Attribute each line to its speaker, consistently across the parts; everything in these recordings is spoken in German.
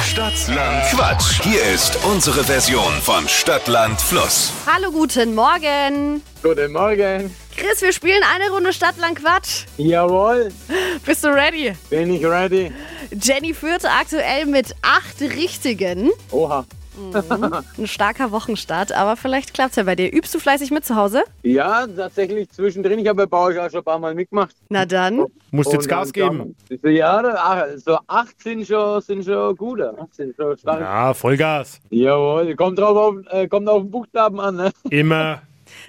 Speaker 1: Stadtland Quatsch. Hier ist unsere Version von Stadtland Fluss.
Speaker 2: Hallo, guten Morgen.
Speaker 3: Guten Morgen.
Speaker 2: Chris, wir spielen eine Runde Stadtlang Quatsch.
Speaker 3: Jawohl,
Speaker 2: Bist du ready?
Speaker 3: bin ich ready.
Speaker 2: Jenny führt aktuell mit acht Richtigen.
Speaker 3: Oha.
Speaker 2: Ein starker Wochenstart, aber vielleicht klappt's ja bei dir. Übst du fleißig mit zu Hause?
Speaker 3: Ja, tatsächlich zwischendrin. Ich habe bei Bausch auch schon ein paar Mal mitgemacht.
Speaker 2: Na dann.
Speaker 4: Musst jetzt
Speaker 3: Und
Speaker 4: Gas
Speaker 3: dann-
Speaker 4: geben.
Speaker 3: Ja, da- ach, so acht sind schon, sind schon gut. Acht sind schon stark.
Speaker 4: Ja, Vollgas.
Speaker 3: Jawohl, kommt drauf auf, äh, kommt auf den Buchstaben an. Ne?
Speaker 4: Immer.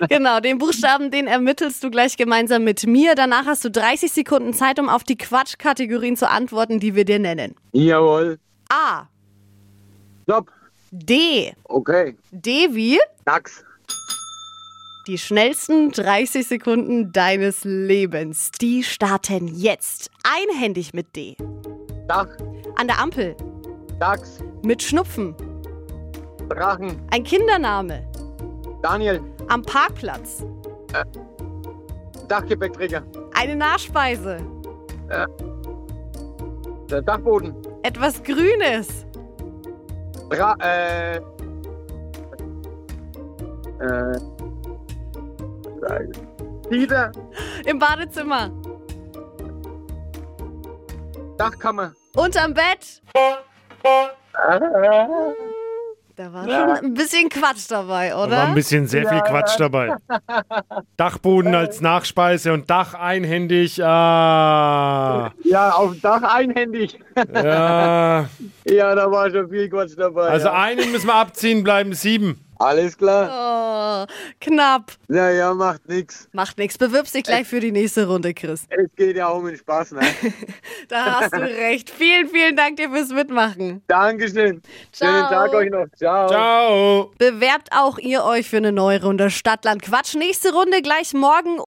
Speaker 2: Genau, den Buchstaben, den ermittelst du gleich gemeinsam mit mir. Danach hast du 30 Sekunden Zeit, um auf die Quatschkategorien zu antworten, die wir dir nennen.
Speaker 3: Jawohl,
Speaker 2: A.
Speaker 3: stopp.
Speaker 2: D.
Speaker 3: Okay,
Speaker 2: D wie
Speaker 3: Dachs.
Speaker 2: die schnellsten 30 Sekunden deines Lebens. Die starten jetzt. Einhändig mit D.
Speaker 3: Dach,
Speaker 2: An der Ampel.
Speaker 3: Dachs,
Speaker 2: Mit Schnupfen.
Speaker 3: Drachen,
Speaker 2: Ein Kindername.
Speaker 3: Daniel,
Speaker 2: Am Parkplatz.
Speaker 3: Dachgepäckträger,
Speaker 2: Eine Nachspeise.
Speaker 3: der Dachboden,
Speaker 2: Etwas Grünes.
Speaker 3: Dra äh, äh, Dieter,
Speaker 2: Im Badezimmer.
Speaker 3: Dachkammer.
Speaker 2: Unterm Bett. Da war schon ein bisschen Quatsch dabei,
Speaker 4: Da war ein
Speaker 2: oder?
Speaker 4: bisschen sehr viel Quatsch dabei. Dachboden als Nachspeise und Dach einhändig. Ah.
Speaker 3: Ja, auf dem Dach einhändig.
Speaker 4: Ja.
Speaker 3: ja, da war schon viel Quatsch dabei.
Speaker 4: Also
Speaker 3: ja.
Speaker 4: einen müssen wir abziehen, bleiben sieben.
Speaker 3: Alles klar.
Speaker 2: Oh, knapp.
Speaker 3: Naja, macht nix.
Speaker 2: Macht nichts. Bewirbst dich gleich für die nächste Runde, Chris.
Speaker 3: Es geht ja um den Spaß, ne?
Speaker 2: Da hast du recht. Vielen, vielen Dank dir fürs Mitmachen.
Speaker 3: Dankeschön.
Speaker 2: Ciao.
Speaker 3: Schönen Tag euch noch. Ciao.
Speaker 4: Ciao.
Speaker 2: Bewerbt auch ihr euch für eine neue Runde Stadtland Quatsch. Nächste Runde gleich morgen